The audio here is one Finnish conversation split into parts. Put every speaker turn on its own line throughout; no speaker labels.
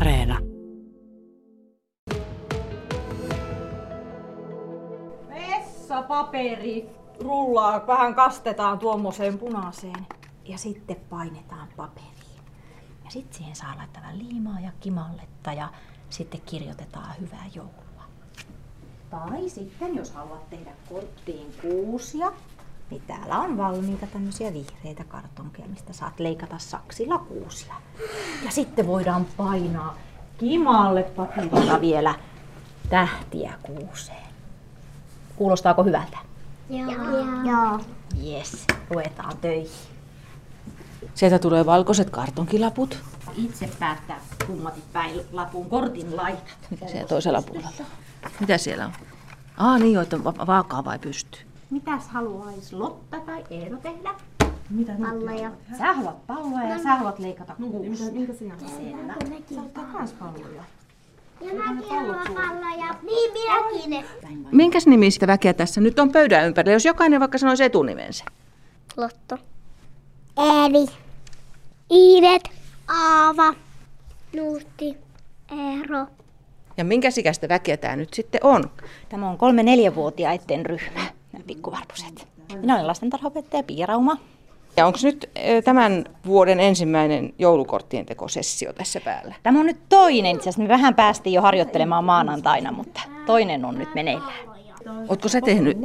Areena.
Vessapaperi rullaa, vähän kastetaan tuommoiseen punaiseen ja sitten painetaan paperiin. Ja sitten siihen saa laittaa vähän liimaa ja kimalletta ja sitten kirjoitetaan hyvää joulua. Tai sitten, jos haluat tehdä korttiin kuusia, niin täällä on valmiita tämmöisiä vihreitä kartonkeja, mistä saat leikata saksilla kuusia. Ja sitten voidaan painaa kimalle paperilla vielä tähtiä kuuseen. Kuulostaako hyvältä?
Joo.
Yes, ruvetaan töihin.
Sieltä tulee valkoiset kartonkilaput.
Itse päättää, kummatit päin lapun kortin laitat.
Mitä siellä toisella puolella? Mitä siellä on? Aa niin joo, että on va- vaakaa vai pystyy.
Mitäs haluais Lotta tai Eero tehdä?
Palloja.
Sä haluat palloa ja sä haluat leikata kuusta. Selvä.
Ja
Ottaa kans palloja.
mäkin haluan palloja. Niin minäkin.
Minkäs nimistä väkeä tässä nyt on pöydän ympärillä, jos jokainen vaikka sanoisi etunimensä?
Lotto. Eevi. Iidet. Aava. Nuutti. Eero.
Ja minkä ikäistä väkeä tämä nyt sitten on?
Tämä on kolme neljävuotiaiden ryhmä, nämä pikkuvarpuset. Minä olen lastentarhaopettaja Pia Rauma.
Ja onko nyt ö, tämän vuoden ensimmäinen joulukorttien tekosessio tässä päällä?
Tämä on nyt toinen itse asiassa. Me vähän päästiin jo harjoittelemaan maanantaina, mutta toinen on nyt meneillään.
Ootko sä tehnyt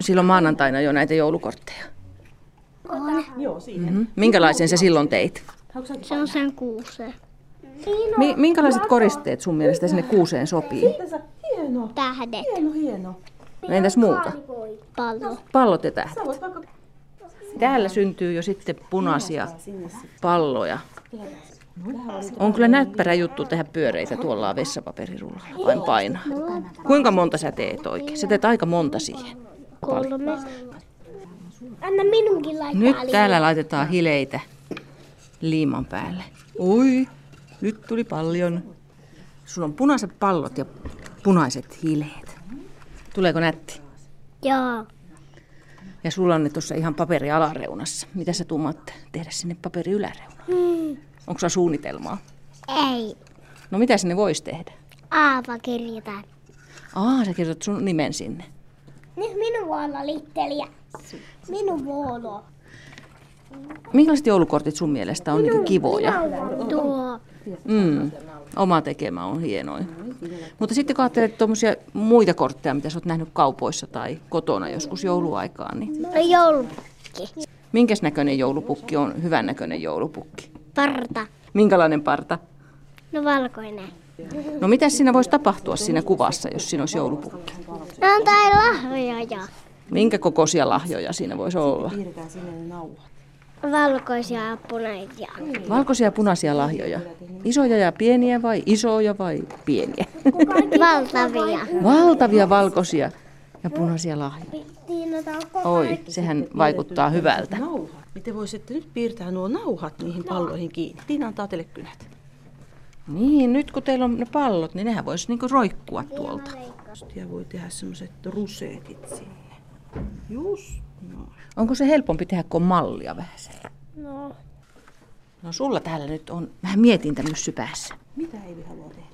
silloin maanantaina jo näitä joulukortteja? Mm-hmm. Minkälaisen sä silloin teit?
Se on sen kuuseen.
Mi- minkälaiset koristeet sun mielestä sinne kuuseen sopii?
Tähdet.
No entäs muuta?
Pallo.
Pallot ja tähdet. Täällä syntyy jo sitten punaisia palloja. On kyllä näppärä juttu tehdä pyöreitä tuolla vessapaperirullalla, vain painaa. Kuinka monta sä teet oikein? Sä teet aika monta siihen.
Kolme. Anna minunkin laittaa
Nyt täällä laitetaan hileitä liiman päälle. Ui, nyt tuli paljon. Sulla on punaiset pallot ja punaiset hileet. Tuleeko nätti?
Joo.
Ja sulla on ne tuossa ihan paperi alareunassa. Mitä sä tuumaat tehdä sinne paperi yläreunaan? Onko sulla suunnitelmaa?
Ei.
No mitä sinne voisi tehdä?
Aava kirjataan.
Aa, sä kirjoitat sun nimen sinne.
Nyt minun vuolo litteliä. Minun vuolo.
Minkälaiset joulukortit sun mielestä on niitä kivoja?
Tuo.
Mm. Oma tekemä on hienoin. Mutta sitten kun ajattelet tuommoisia muita kortteja, mitä sä oot nähnyt kaupoissa tai kotona joskus jouluaikaan, niin
No joulupukki.
minkäs näköinen joulupukki on hyvän näköinen joulupukki?
Parta.
Minkälainen parta?
No valkoinen.
No mitä siinä voisi tapahtua siinä kuvassa, jos siinä olisi joulupukki?
No on tai lahjoja ja
Minkä kokoisia lahjoja siinä voisi olla?
valkoisia ja punaisia.
Valkoisia ja punaisia lahjoja. Isoja ja pieniä vai isoja vai pieniä?
Valtavia.
Valtavia valkoisia ja punaisia lahjoja. Oi,
Oi.
sehän vaikuttaa hyvältä.
Nauhat. Miten voisitte nyt piirtää nuo nauhat niihin palloihin kiinni? Tiina antaa teille kynät.
Niin, nyt kun teillä on ne pallot, niin nehän voisi niinku roikkua tuolta.
Ja voi tehdä semmoiset ruseetit sinne. Just. No.
Onko se helpompi tehdä kuin mallia vähän se?
No.
No sulla täällä nyt on vähän mietintämyssy päässä.
Mitä Eivi haluaa tehdä?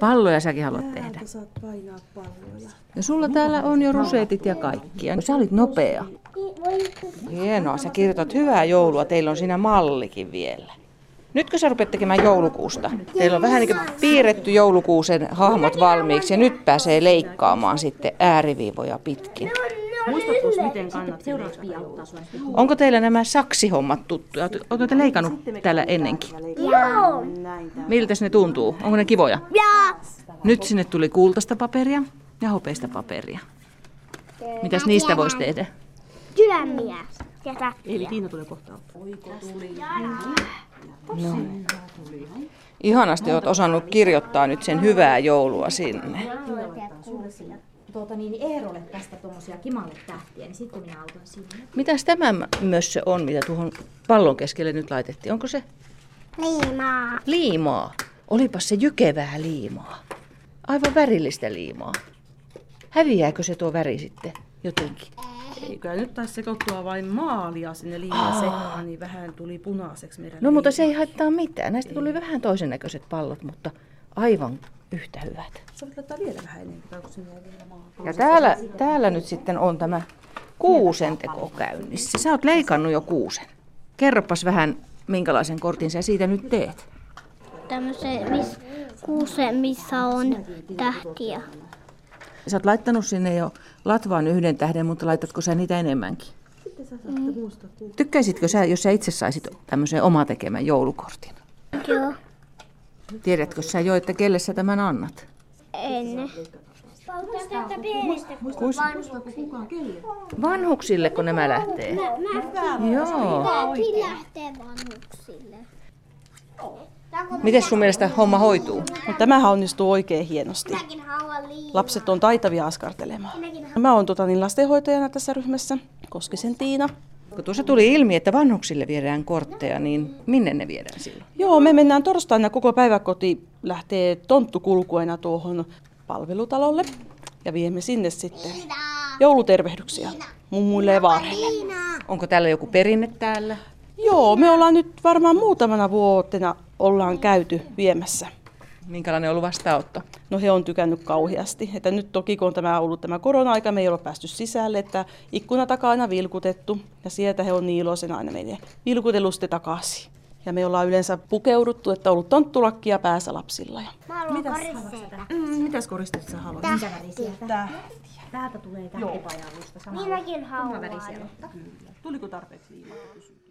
Palloja säkin haluat tehdä.
Saat painaa palloja.
Ja sulla täällä on jo ruseetit ja kaikkia. Sä olit nopea. Hienoa, sä kirjoitat hyvää joulua. Teillä on siinä mallikin vielä. Nytkö sä rupeat tekemään joulukuusta? Teillä on vähän niin kuin piirretty joulukuusen hahmot valmiiksi ja nyt pääsee leikkaamaan sitten ääriviivoja pitkin.
Muistatko, miten kannattaa seuraavaksi
Onko teillä nämä saksihommat tuttuja? Oot- Oletko te leikannut täällä ennenkin?
Joo.
Miltä ne tuntuu? Onko ne kivoja?
Ja.
Nyt sinne tuli kultaista paperia ja hopeista paperia. Mitäs niistä voisi tehdä?
Sydämiä. Ja
Eli Tiina tulee kohta auttaa.
Ihanasti olet osannut kirjoittaa nyt sen hyvää joulua sinne.
Tuota niin, niin Eerolle tästä tuommoisia kimalle tähtiä, niin sitten minä autan sinne.
Mitäs tämä mössö on, mitä tuohon pallon keskelle nyt laitettiin? Onko se
Liimaa.
liimaa? Olipas se jykevää liimaa. Aivan värillistä liimaa. Häviääkö se tuo väri sitten jotenkin?
Eiköhän nyt taisi sekoittua vain maalia sinne liian sekaan, niin vähän tuli punaiseksi meidän
No mutta
liima.
se ei haittaa mitään. Näistä tuli vähän toisen näköiset pallot, mutta aivan yhtä hyvät.
Sä voit laittaa vielä vähän enemmän, tai kun sinne jäi vielä maalia.
Ja täällä, täällä nyt sitten on tämä kuusen teko käynnissä. Sä oot leikannut jo kuusen. Kerropas vähän, minkälaisen kortin sä siitä nyt teet.
Tämmöisen miss, kuusen, missä on tähtiä.
Sä oot laittanut sinne jo latvaan yhden tähden, mutta laitatko sä niitä enemmänkin? Tykkäisitkö sä, jos sä itse saisit tämmöisen oma tekemän joulukortin?
Joo,
Tiedätkö sä jo, että kelle sä tämän annat?
ennen. Tästä pienestä
Vanhuksille, kun nämä lähtee. Joo.
tämäkin lähtee vanhuksille.
Miten sun mielestä homma hoituu?
No, tämähän onnistuu oikein hienosti.
Minäkin haluan liian.
Lapset on taitavia askartelemaan. Mä oon tota, niin lastenhoitajana tässä ryhmässä, Koskisen Tiina.
Kun tuossa tuli ilmi, että vanhuksille viedään kortteja, niin minne ne viedään silloin?
Joo, me mennään torstaina koko päiväkoti lähtee tonttukulkuena tuohon palvelutalolle ja viemme sinne sitten joulutervehdyksiä mummuille ja vaareille.
Onko täällä joku perinne täällä?
Joo, me ollaan nyt varmaan muutamana vuotena ollaan käyty viemässä.
Minkälainen on ollut vastaanotto?
No he on tykännyt kauheasti. Että nyt toki kun on tämä ollut tämä korona-aika, me ei ole päästy sisälle, että ikkuna takaa aina vilkutettu ja sieltä he on niin iloisena aina meidän vilkutelusta takaisin. Ja me ollaan yleensä pukeuduttu, että on ollut tonttulakkia päässä lapsilla. Ja
Mä haluan koristeita.
Mm, mitäs koristet sä haluat?
Minäkin haluan.
Tuliko tarpeeksi liimaa? Kysy.